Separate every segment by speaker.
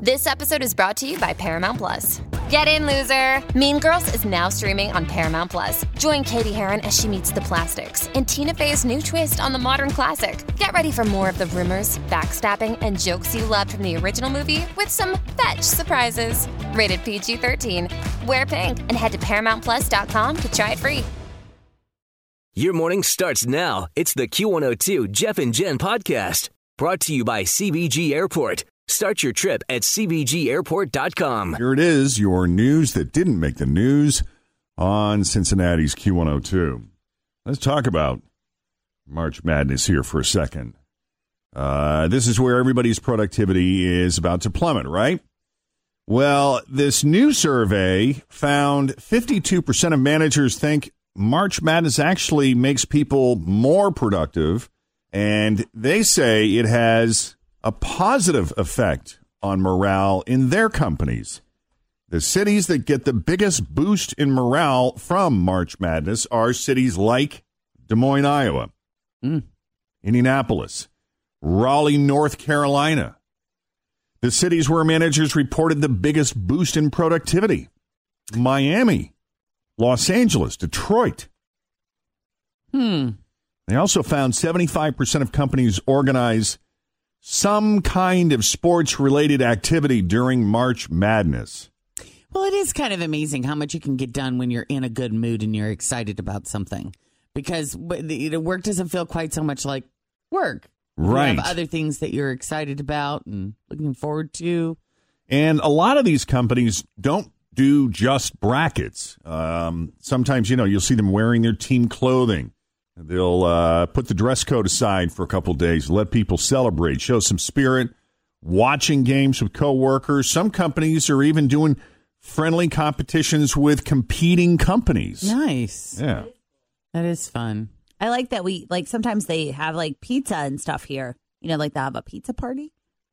Speaker 1: This episode is brought to you by Paramount Plus. Get in, loser! Mean Girls is now streaming on Paramount Plus. Join Katie Heron as she meets the plastics in Tina Fey's new twist on the modern classic. Get ready for more of the rumors, backstabbing, and jokes you loved from the original movie with some fetch surprises. Rated PG 13. Wear pink and head to ParamountPlus.com to try it free.
Speaker 2: Your morning starts now. It's the Q102 Jeff and Jen podcast brought to you by CBG Airport. Start your trip at CBGAirport.com.
Speaker 3: Here it is, your news that didn't make the news on Cincinnati's Q102. Let's talk about March Madness here for a second. Uh, this is where everybody's productivity is about to plummet, right? Well, this new survey found 52% of managers think March Madness actually makes people more productive, and they say it has a positive effect on morale in their companies. The cities that get the biggest boost in morale from March Madness are cities like Des Moines, Iowa,
Speaker 4: Mm.
Speaker 3: Indianapolis, Raleigh, North Carolina. The cities where managers reported the biggest boost in productivity Miami, Los Angeles, Detroit.
Speaker 4: Hmm.
Speaker 3: They also found 75% of companies organize some kind of sports related activity during March Madness.
Speaker 4: Well, it is kind of amazing how much you can get done when you're in a good mood and you're excited about something, because w- the- you know, work doesn't feel quite so much like work. You
Speaker 3: Right.
Speaker 4: have other things that you're excited about and looking forward to.
Speaker 3: And a lot of these companies don't do just brackets. Um, sometimes, you know, you'll see them wearing their team clothing. They'll uh, put the dress code aside for a couple days, let people celebrate, show some spirit, watching games with coworkers. Some companies are even doing friendly competitions with competing companies.
Speaker 4: Nice.
Speaker 3: Yeah.
Speaker 4: That is fun.
Speaker 5: I like that we like sometimes they have like pizza and stuff here. You know, like they have a pizza party.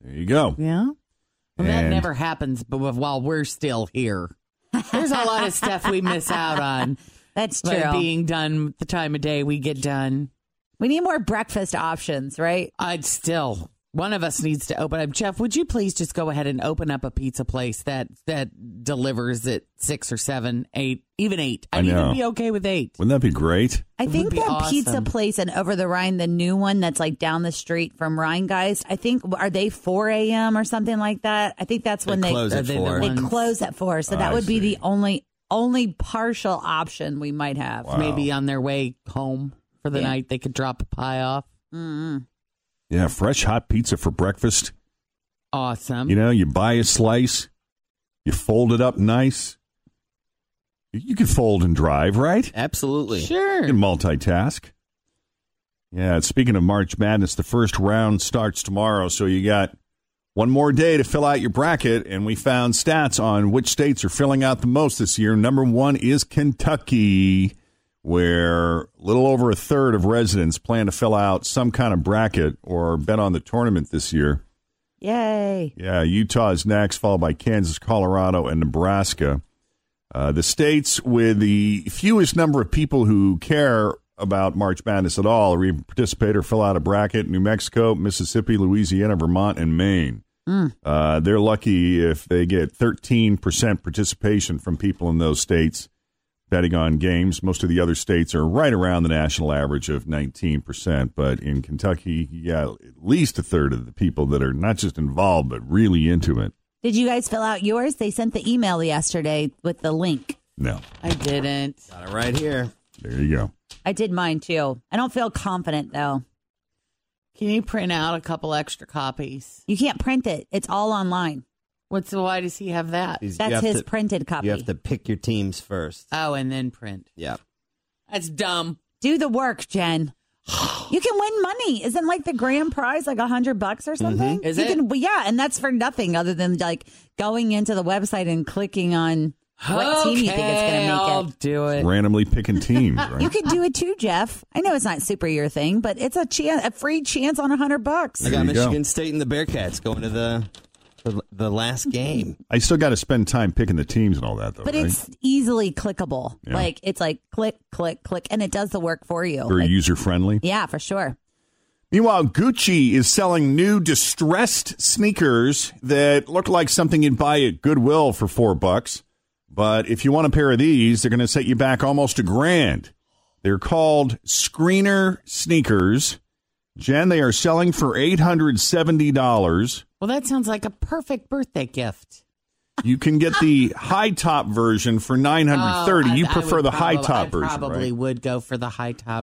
Speaker 3: There you go.
Speaker 4: Yeah. Well, that
Speaker 3: And-
Speaker 4: never happens, but while we're still here, there's a lot of stuff we miss out on.
Speaker 5: That's
Speaker 4: by
Speaker 5: true.
Speaker 4: being done the time of day we get done.
Speaker 5: we need more breakfast options, right?
Speaker 4: I'd still one of us needs to open up. Jeff, would you please just go ahead and open up a pizza place that that delivers at six or seven, eight, even eight.
Speaker 3: I
Speaker 4: I'd
Speaker 3: know.
Speaker 4: even be okay with eight.
Speaker 3: Wouldn't that be great?
Speaker 5: I
Speaker 4: would
Speaker 5: think
Speaker 4: be
Speaker 5: that pizza
Speaker 4: awesome.
Speaker 5: place and over the Rhine, the new one that's like down the street from Rheingeist. I think are they four a.m. or something like that. I think that's when they
Speaker 6: close
Speaker 4: Are
Speaker 6: at
Speaker 4: they the
Speaker 6: four.
Speaker 5: they
Speaker 4: ones-
Speaker 5: close at four. So that
Speaker 3: I
Speaker 5: would be
Speaker 3: see.
Speaker 5: the only only partial option we might have.
Speaker 3: Wow.
Speaker 4: Maybe on their way home for the
Speaker 5: Yeah.
Speaker 4: night they could drop a pie off.
Speaker 5: Mm-mm.
Speaker 3: Yeah, fresh hot pizza for breakfast.
Speaker 4: Awesome.
Speaker 3: You know, you buy a slice, you fold it up nice. You can fold and drive, right?
Speaker 6: Absolutely.
Speaker 3: You
Speaker 4: sure.
Speaker 3: can multitask. Yeah, speaking of March Madness, the first round starts tomorrow, so you got one more day to fill out your bracket, and we found stats on which states are filling out the most this year. Number one is Kentucky, where a little over a third of residents plan to fill out some kind of bracket or bet on the tournament this year.
Speaker 5: Yay!
Speaker 3: Yeah, Utah is next, followed by Kansas, Colorado, and Nebraska. Uh, the states with the fewest number of people who care about March Madness at all or even participate or fill out a bracket New Mexico, Mississippi, Louisiana, Vermont, and Maine. Uh, they're lucky if they get 13% participation from people in those states betting on games. Most of the other states are right around the national average of 19%. But in Kentucky, yeah, at least a third of the people that are not just involved, but really into it.
Speaker 5: Did you guys fill out yours? They sent the email yesterday with the link.
Speaker 3: No.
Speaker 4: I didn't.
Speaker 6: Got it right here.
Speaker 3: There you go.
Speaker 5: I did mine too. I don't feel confident though.
Speaker 4: Can you print out a couple extra copies?
Speaker 5: You can't print it. It's all online.
Speaker 4: What's why does he have that?
Speaker 6: He's- you
Speaker 5: That's
Speaker 6: have
Speaker 5: his
Speaker 6: to-
Speaker 5: printed copy.
Speaker 6: You have to pick your teams first.
Speaker 4: Oh, and then print.
Speaker 6: Yeah.
Speaker 4: That's dumb.
Speaker 5: Do the work, Jen. You can win money. Isn't like the grand prize like a hundred bucks
Speaker 6: Mm-hmm.
Speaker 5: or something?
Speaker 4: Is
Speaker 5: you
Speaker 4: it?
Speaker 5: Can, well, yeah, and that's for nothing other than like going into the website and clicking on what team you think is going
Speaker 4: Okay,
Speaker 5: to
Speaker 4: I'll
Speaker 6: um,
Speaker 5: make it.
Speaker 4: do it.
Speaker 3: Randomly picking teams,
Speaker 5: You
Speaker 3: right?
Speaker 5: could do it too, Jeff. I know it's not super your thing, but it's a chance, a free chance on a hundred bucks.
Speaker 6: I got
Speaker 3: you go.
Speaker 6: Michigan State and the Bearcats going to the the, the last game.
Speaker 3: I still got to spend time picking the teams and all that, though.
Speaker 5: But
Speaker 3: right?
Speaker 5: it's easily clickable.
Speaker 3: Yeah.
Speaker 5: Like it's like click, click, click, and it does the work for you.
Speaker 3: very
Speaker 5: Like,
Speaker 3: user friendly.
Speaker 5: yeah, for sure.
Speaker 3: Meanwhile, Gucci is selling new distressed sneakers that look like something you'd buy at Goodwill for four bucks. But if you want a pair of these, they're going to set you back almost a grand. They're called screener sneakers. Jen, they are selling for $870.
Speaker 4: Well, that sounds like a perfect birthday gift.
Speaker 3: You can get the high top version for $930.
Speaker 4: Oh, I-
Speaker 3: you
Speaker 4: I
Speaker 3: prefer
Speaker 4: would
Speaker 3: the high
Speaker 4: probab-
Speaker 3: top
Speaker 4: I
Speaker 3: version.
Speaker 4: Probably
Speaker 3: right?
Speaker 4: would go for the high top.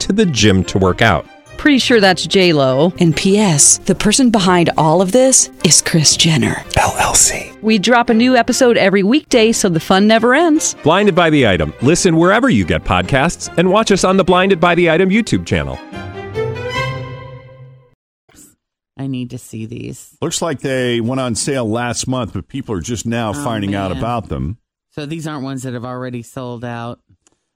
Speaker 7: to the gym to work out.
Speaker 8: Pretty sure that's J Lo.
Speaker 9: And P.S. The person behind all of this is Chris Jenner.
Speaker 7: LLC.
Speaker 8: We drop a new episode every weekday, so the fun never ends.
Speaker 7: Blinded by the item. Listen wherever you get podcasts, and watch us on the Blinded by the Item YouTube channel.
Speaker 4: I need to see these.
Speaker 3: Looks like they went on sale last month, but people are just now
Speaker 4: Oh,
Speaker 3: finding out
Speaker 4: man.
Speaker 3: about them.
Speaker 4: So these aren't ones that have already sold out.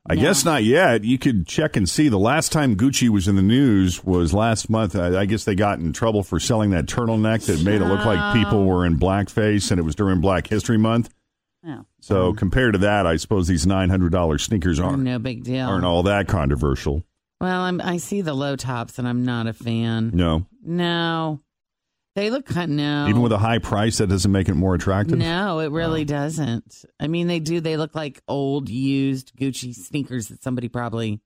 Speaker 3: I guess not yet. You could check and see. The last time Gucci was in the news was last month. I, I guess they got in trouble for selling that turtleneck that made it look like people were in blackface, and it was during Black History Month.
Speaker 5: Oh.
Speaker 4: Mm-hmm.
Speaker 3: So compared to that, I suppose these nine hundred dollars sneakers aren't
Speaker 4: No big deal.
Speaker 3: aren't all that controversial.
Speaker 4: Well, I'm, I see the low tops, and I'm not a fan.
Speaker 3: No,
Speaker 4: No, they look kind. No,
Speaker 3: even with a high price, that doesn't make it more attractive.
Speaker 4: no, it really doesn't. I mean, they do. They look like old, used Gucci sneakers that somebody probably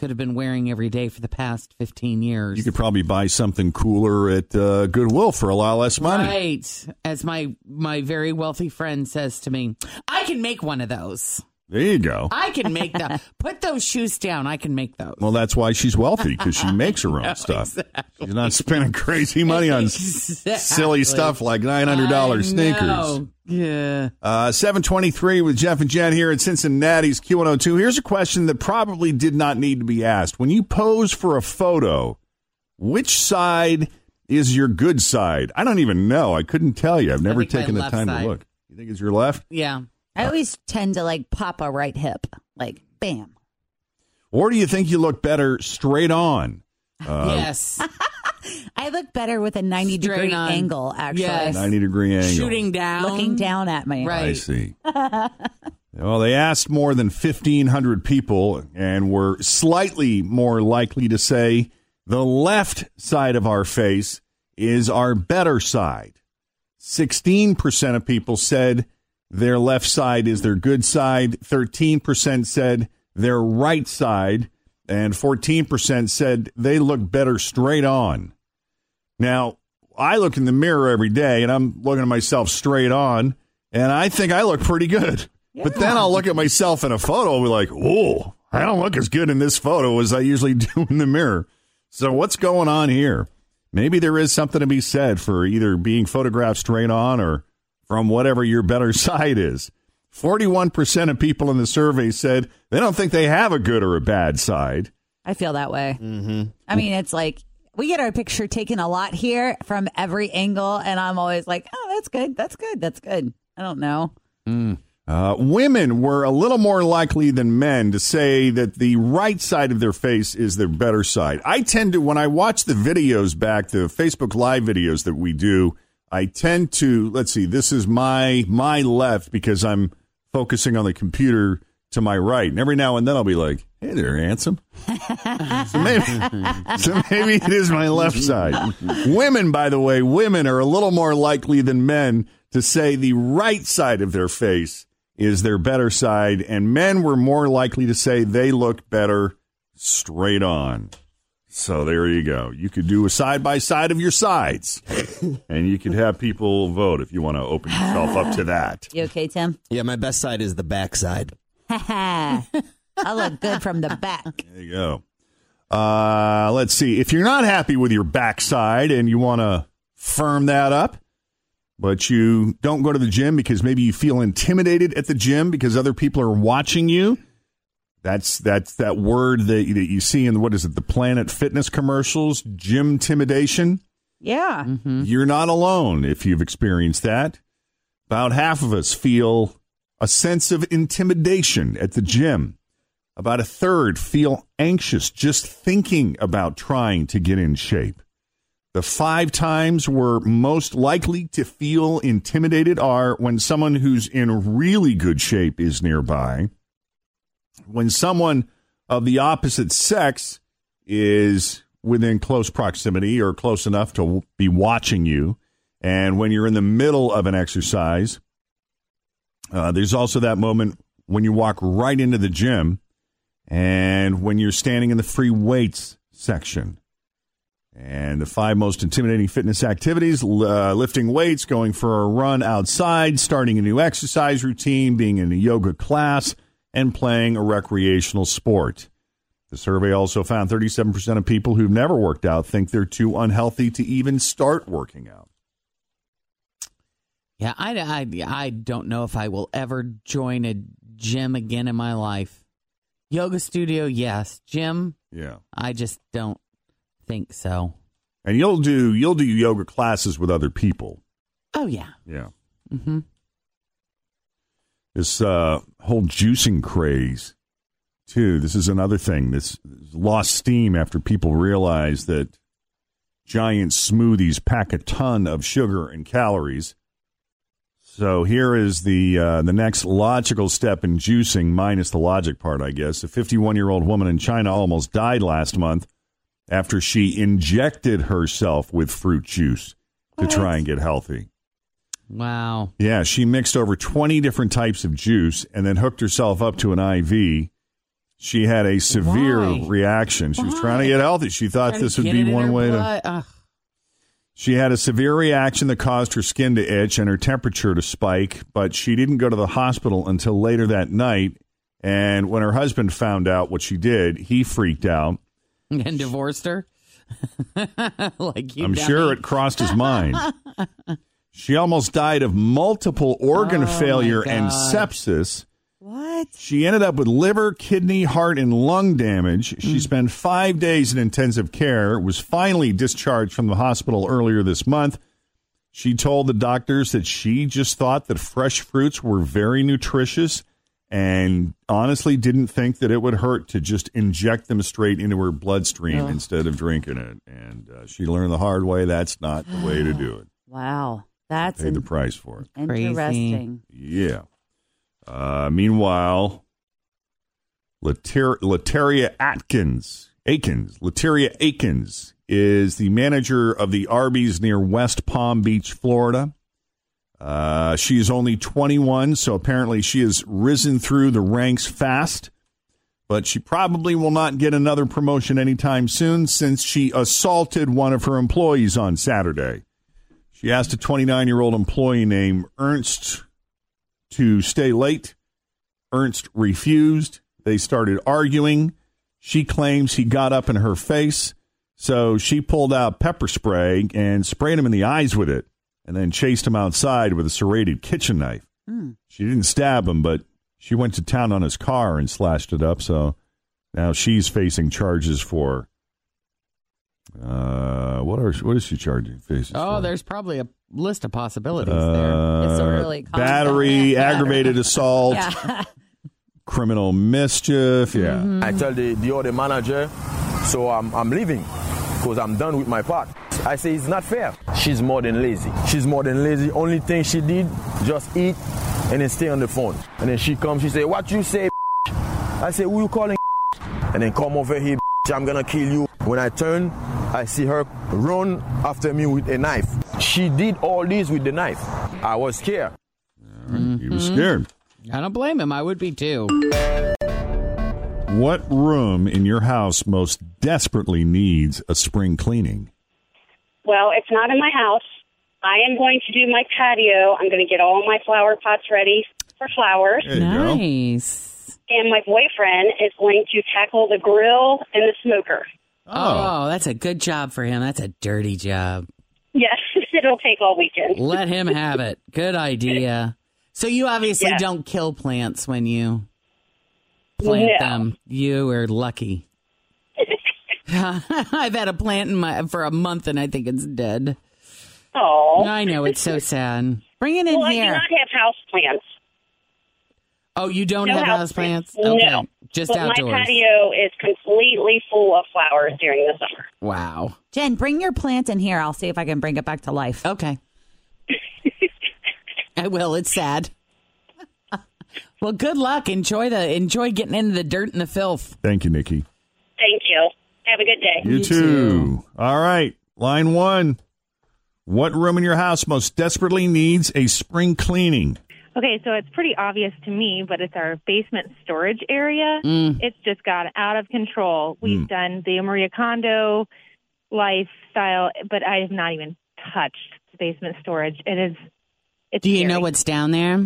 Speaker 4: could have been wearing every day for the past fifteen years.
Speaker 3: You could probably buy something cooler at uh, Goodwill for a lot less money.
Speaker 4: Right, as my my very wealthy friend says to me, I can make one of those.
Speaker 3: There you go.
Speaker 4: I can make that. Put those shoes down. I can make those.
Speaker 3: Well, that's why she's wealthy because she makes her own stuff. She's not spending crazy money on s silly
Speaker 4: Exactly.
Speaker 3: stuff like nine hundred dollars sneakers.
Speaker 4: No. Yeah.
Speaker 3: Uh, Seven twenty three with Jeff and Jen here at Cincinnati's Q one hundred two. Here's a question that probably did not need to be asked. When you pose for a photo, which side is your good side? I don't even know. I couldn't tell you. I've never
Speaker 4: think my
Speaker 3: taken the
Speaker 4: left
Speaker 3: time
Speaker 4: side.
Speaker 3: to look. You think it's your left,
Speaker 4: Yeah.
Speaker 5: I always tend to like pop a right hip, like bam.
Speaker 3: or do you think you look better straight on? Uh,
Speaker 4: yes.
Speaker 5: I look better with a ninety
Speaker 4: Straight
Speaker 5: degree
Speaker 4: on.
Speaker 5: angle, actually,
Speaker 4: Yes.
Speaker 3: ninety degree angle.
Speaker 4: Shooting down.
Speaker 5: looking down at me.
Speaker 4: Right.
Speaker 3: I see. well, they asked more than 1,500 people and were slightly more likely to say the left side of our face is our better side. 16% of people said their left side is their good side, 13% said their right side, and 14% said they look better straight on. Now, I look in the mirror every day and I'm looking at myself straight on, and I think I look pretty good. But then I'll look at myself in a photo and be like, whoa, I don't look as good in this photo as I usually do in the mirror. So, what's going on here? Maybe there is something to be said for either being photographed straight on or from whatever your better side is. 41% of people in the survey said they don't think they have a good or a bad side.
Speaker 5: I feel that way. Mm-hmm. I mean, it's like we get our picture taken a lot here from every angle, and I'm always like, oh, that's good, that's good, that's good. I don't know.
Speaker 3: Uh, women were a little more likely than men to say that the right side of their face is their better side. I tend to, when I watch the videos back, the Facebook Live videos that we do, I tend to let's see, this is my my left because I'm focusing on the computer to my right, and every now and then I'll be like, "Hey there, handsome." so maybe, so maybe it is my left side. women, by the way, women are a little more likely than men to say the right side of their face is their better side, and men were more likely to say they look better straight on. So there you go. You could do a side by side of your sides, and you could have people vote if you want to open yourself up to that.
Speaker 5: You okay, Tim?
Speaker 6: Yeah, my best side is the back side.
Speaker 5: I look good from the back.
Speaker 3: There you go. Uh, let's see. If you're not happy with your backside and you want to firm that up, but you don't go to the gym because maybe you feel intimidated at the gym because other people are watching you, That's that's that word that you, that you see in what is it the Planet Fitness commercials, gym intimidation.
Speaker 5: Yeah.
Speaker 3: You're not alone if you've experienced that. About half of us feel a sense of intimidation at the gym. About a third feel anxious just thinking about trying to get in shape. The five times we're most likely to feel intimidated are when someone who's in really good shape is nearby, when someone of the opposite sex is within close proximity or close enough to be watching you, and when you're in the middle of an exercise. Uh, there's also that moment when you walk right into the gym and when you're standing in the free weights section. And the five most intimidating fitness activities uh, lifting weights, going for a run outside, starting a new exercise routine, being in a yoga class, and playing a recreational sport. The survey also found 37% of people who've never worked out think they're too unhealthy to even start working out.
Speaker 4: Yeah, I, I, I don't know if I will ever join a gym again in my life. Yoga studio, yes. Gym,
Speaker 3: Yeah.
Speaker 4: I just don't think so.
Speaker 3: And you'll do you'll do yoga classes with other people.
Speaker 4: Oh, yeah.
Speaker 3: Yeah.
Speaker 4: Mm-hmm.
Speaker 3: This uh, whole juicing craze too. This is another thing that's lost steam after people realize that giant smoothies pack a ton of sugar and calories. So here is the uh, the next logical step in juicing, minus the logic part, I guess. A 51 year old woman in China almost died last month after she injected herself with fruit juice to try and get healthy.
Speaker 4: Wow.
Speaker 3: Yeah, she mixed over 20 different types of juice and then hooked herself up to an IV. She had a severe
Speaker 4: Why?
Speaker 3: reaction. She was
Speaker 4: Why?
Speaker 3: trying to get healthy. She thought
Speaker 4: Try to
Speaker 3: this would
Speaker 4: get
Speaker 3: be
Speaker 4: it in
Speaker 3: one
Speaker 4: her
Speaker 3: way to.
Speaker 4: blood. Ugh.
Speaker 3: She had a severe reaction that caused her skin to itch and her temperature to spike, but she didn't go to the hospital until later that night. And when her husband found out what she did, he freaked out.
Speaker 4: and divorced her. like you
Speaker 3: I'm
Speaker 4: dummy.
Speaker 3: sure it crossed his mind. she almost died of multiple organ
Speaker 4: Oh, my
Speaker 3: failure and
Speaker 4: God.
Speaker 3: sepsis.
Speaker 5: What?
Speaker 3: She ended up with liver, kidney, heart, and lung damage.
Speaker 5: Hmm.
Speaker 3: She spent five days in intensive care, was finally discharged from the hospital earlier this month. She told the doctors that she just thought that fresh fruits were very nutritious and honestly didn't think that it would hurt to just inject them straight into her bloodstream
Speaker 5: Ugh.
Speaker 3: instead of drinking it. And uh, she learned the hard way that's not the way to do it.
Speaker 5: Wow. That's
Speaker 3: Paid the
Speaker 5: in-
Speaker 3: price for it.
Speaker 4: Crazy.
Speaker 5: interesting.
Speaker 3: Yeah. Uh, meanwhile, Later- Lateria Atkins, Akins, Lateria Akins is the manager of the Arby's near West Palm Beach, Florida. Uh, she is only 21, so apparently she has risen through the ranks fast. But she probably will not get another promotion anytime soon since she assaulted one of her employees on Saturday. She asked a 29 year old employee named Ernst to stay late. Ernst refused. They started arguing. She claims he got up in her face, so she pulled out pepper spray and sprayed him in the eyes with it, and then chased him outside with a serrated kitchen knife. She didn't stab him, but she went to town on his car and slashed it up. So now she's facing charges for. Uh, what are what is she charging? Faces
Speaker 4: Oh,
Speaker 3: for?
Speaker 4: there's probably a list of possibilities
Speaker 3: Uh,
Speaker 5: It's a really common-
Speaker 3: battery, aggravated assault,
Speaker 5: Yeah.
Speaker 3: criminal mischief. Yeah.
Speaker 10: I tell the, the other manager, so I'm, I'm leaving because I'm done with my part. I say it's not fair. She's more than lazy. She's more than lazy. Only thing she did, just eat and then stay on the phone. And then she comes, she say, what you say, I say, who you calling? And then come over here, I'm gonna kill you. When I turn, I see her run after me with a knife. She did all this with the knife. I was scared.
Speaker 3: there. He was scared.
Speaker 4: there. I don't blame him. I would be too.
Speaker 3: What room in your house most desperately needs a spring cleaning?
Speaker 11: Well, it's not in my house. I am going to do my patio. I'm going to get all my flower pots ready for flowers.
Speaker 3: There you go.
Speaker 4: Nice.
Speaker 11: And my boyfriend is going to tackle the grill and the smoker.
Speaker 4: Oh. that's a good job for him. That's a dirty job.
Speaker 11: Yes, it'll take all weekend.
Speaker 4: Let him have it. Good idea. So you obviously don't kill plants when you plant
Speaker 11: No.
Speaker 4: them. You are lucky. I've had a plant in my for a month and I think it's dead.
Speaker 11: Oh,
Speaker 4: I know it's so sad.
Speaker 5: Bring it in
Speaker 11: well, I do
Speaker 4: here.
Speaker 11: not have house plants.
Speaker 4: Oh, you don't
Speaker 11: No
Speaker 4: have house plants?
Speaker 11: houseplants.
Speaker 4: Okay,
Speaker 11: No.
Speaker 4: just
Speaker 11: but
Speaker 4: outdoors.
Speaker 11: My patio is completely full of flowers during the summer.
Speaker 4: Wow.
Speaker 5: Jen, bring your plant in here. I'll see if I can bring it back to life.
Speaker 4: Okay. I will. It's sad. well, good luck. Enjoy the enjoy getting into the dirt and the filth.
Speaker 3: Thank you, Nikki.
Speaker 11: Thank you. Have a good day.
Speaker 3: You, too. All right. Line one. What room in your house most desperately needs a spring cleaning?
Speaker 12: Okay, so it's pretty obvious to me, but it's our basement storage area.
Speaker 3: Mm.
Speaker 12: It's just gone out of control. We've
Speaker 3: Mm.
Speaker 12: done the Maria Kondo lifestyle, but I have not even touched basement storage. It is. It's
Speaker 4: Do you
Speaker 12: scary.
Speaker 4: know what's down there?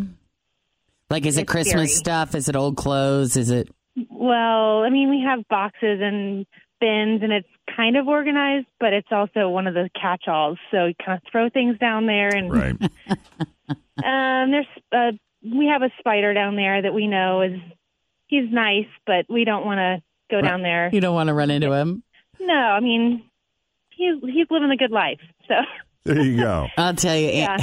Speaker 4: Like, is it
Speaker 12: It's
Speaker 4: Christmas
Speaker 12: scary.
Speaker 4: stuff? Is it old clothes? Is it?
Speaker 12: Well, I mean, we have boxes and bins, and it's kind of organized, but it's also one of those catch-alls. So you kind of throw things down there, and
Speaker 3: Right.
Speaker 12: um, there's uh, we have a spider down there that we know is he's nice, but we don't want to go down there.
Speaker 4: You don't want to run into him.
Speaker 12: No, I mean he's he's living a good life. So
Speaker 3: There you go.
Speaker 4: I'll tell you, Am-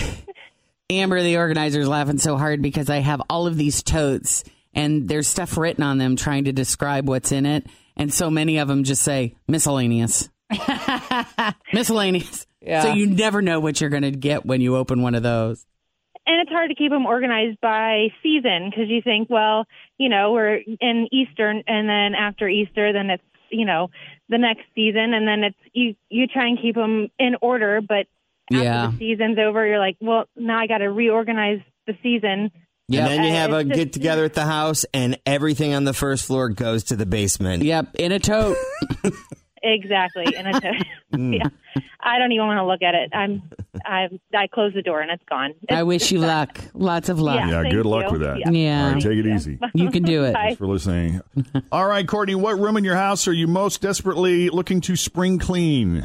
Speaker 4: Amber, the organizer, is laughing so hard because I have all of these totes and there's stuff written on them trying to describe what's in it. And so many of them just say miscellaneous. miscellaneous.
Speaker 12: Yeah.
Speaker 4: So you never know what you're going to get when you open one of those.
Speaker 12: and it's hard to keep them organized by season because you think, well, you know, we're in Easter, and then after Easter, then it's you know the next season, and then it's you you try and keep them in order, but
Speaker 4: Yeah.
Speaker 12: the season's over, you're like, well, now I got to reorganize the season.
Speaker 6: And then you
Speaker 12: Uh,
Speaker 6: have a
Speaker 12: it's just-
Speaker 6: get together at the house, and everything on the first floor goes to the basement.
Speaker 4: Yep, in a tote.
Speaker 12: Exactly, and it's a, yeah. I don't even want to look at it. I'm I I close the door and it's gone. It's,
Speaker 4: I wish you luck. Lots of luck.
Speaker 3: Yeah, good luck with that.
Speaker 12: Yeah.
Speaker 4: Yeah.
Speaker 3: All right, take it easy.
Speaker 4: You can do it.
Speaker 3: Thanks for listening. All right, Courtney, what room in your house are you most desperately looking to spring clean?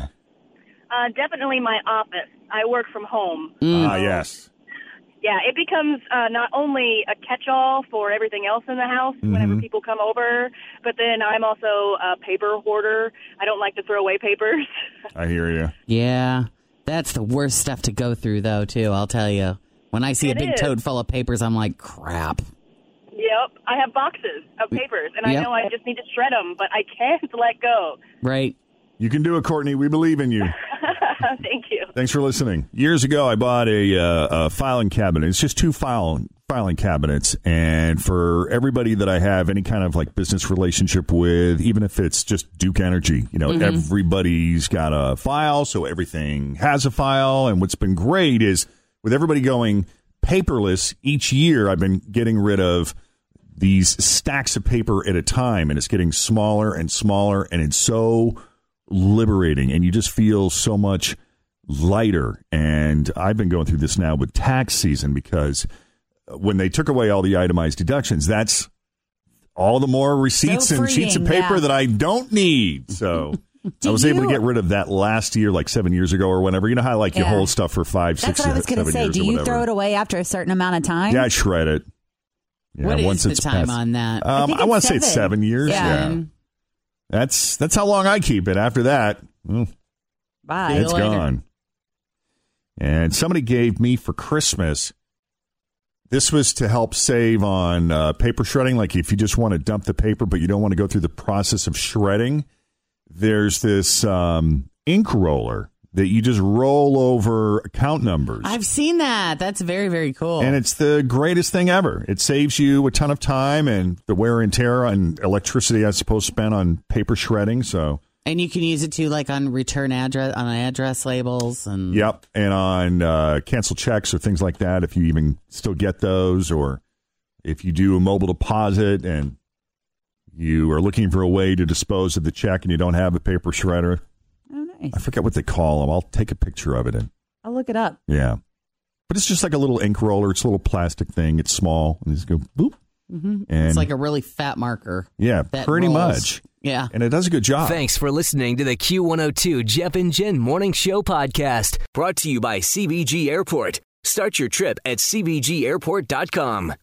Speaker 13: Uh, definitely my office. I work from home.
Speaker 3: Ah, yes.
Speaker 13: Yeah, it becomes uh, not only a catch-all for everything else in the house whenever
Speaker 3: Mhm.
Speaker 13: people come over, but then I'm also a paper hoarder. I don't like to throw away papers.
Speaker 3: I hear you.
Speaker 4: Yeah. That's the worst stuff to go through, though, too. I'll tell you. When I see a
Speaker 13: It
Speaker 4: big
Speaker 13: is.
Speaker 4: tote full of papers, I'm like, crap.
Speaker 13: yep, I have boxes of papers, and
Speaker 4: Yep.
Speaker 13: I know I just need to shred them, but I can't let go.
Speaker 4: Right.
Speaker 3: You can do it, Courtney. We believe in you.
Speaker 13: Thank you.
Speaker 3: Thanks for listening. Years ago, I bought a, uh, a filing cabinet. It's just two file, filing cabinets. And for everybody that I have any kind of like business relationship with, even if it's just Duke Energy, you know,
Speaker 14: Mhm.
Speaker 3: everybody's got a file. So everything has a file. And what's been great is with everybody going paperless each year, I've been getting rid of these stacks of paper at a time and it's getting smaller and smaller and it's so liberating and you just feel so much lighter and i've been going through this now with tax season because when they took away all the itemized deductions that's all the more receipts and sheets of
Speaker 14: freeing,
Speaker 3: paper
Speaker 14: yeah.
Speaker 3: that i don't need so I was able to get rid of that last year, like seven years ago or whenever. You know how like you
Speaker 5: Yeah.
Speaker 3: hold stuff for five,
Speaker 5: That's
Speaker 3: six,
Speaker 5: what I was going to
Speaker 3: seven
Speaker 5: say.
Speaker 3: years
Speaker 5: Do
Speaker 3: or
Speaker 5: you
Speaker 3: whatever.
Speaker 5: throw it away after a certain amount of time?
Speaker 3: Yeah, I shred it. Yeah,
Speaker 4: What is
Speaker 3: once
Speaker 4: the
Speaker 3: it's
Speaker 4: time
Speaker 3: passed-
Speaker 4: on that? I
Speaker 3: Um,
Speaker 4: think
Speaker 3: I,
Speaker 4: it's
Speaker 3: want to say it's
Speaker 4: seven.
Speaker 3: seven years.
Speaker 4: Yeah.
Speaker 3: Yeah. that's that's how long I keep it. After that, mm,
Speaker 5: Bye.
Speaker 3: it's gone. And somebody gave me for Christmas. This was to help save on uh, paper shredding. Like if you just want to dump the paper, but you don't want to go through the process of shredding, there's this um, ink roller that you just roll over account numbers.
Speaker 4: I've seen that. That's very, very cool.
Speaker 3: And it's the greatest thing ever. It saves you a ton of time and the wear and tear and electricity I suppose spent on paper shredding. So
Speaker 4: And you can use it too, like on return address on address labels and
Speaker 3: yep, and on uh, cancel checks or things like that if you even still get those, or if you do a mobile deposit and you are looking for a way to dispose of the check and you don't have a paper shredder.
Speaker 5: Oh, nice.
Speaker 3: I forget what they call them. I'll take a picture of it and
Speaker 5: I'll look it up.
Speaker 3: yeah. But it's just like a little ink roller. It's a little plastic thing. It's small. And you just go boop.
Speaker 4: Mhm.
Speaker 3: And-
Speaker 4: it's like a really fat marker.
Speaker 3: Yeah,
Speaker 4: that
Speaker 3: pretty
Speaker 4: rolls.
Speaker 3: much.
Speaker 4: Yeah.
Speaker 3: And it does a good job.
Speaker 2: Thanks for listening to the Q102 Jeff and Jen Morning Show podcast, brought to you by CBG Airport. Start your trip at CBGAirport.com.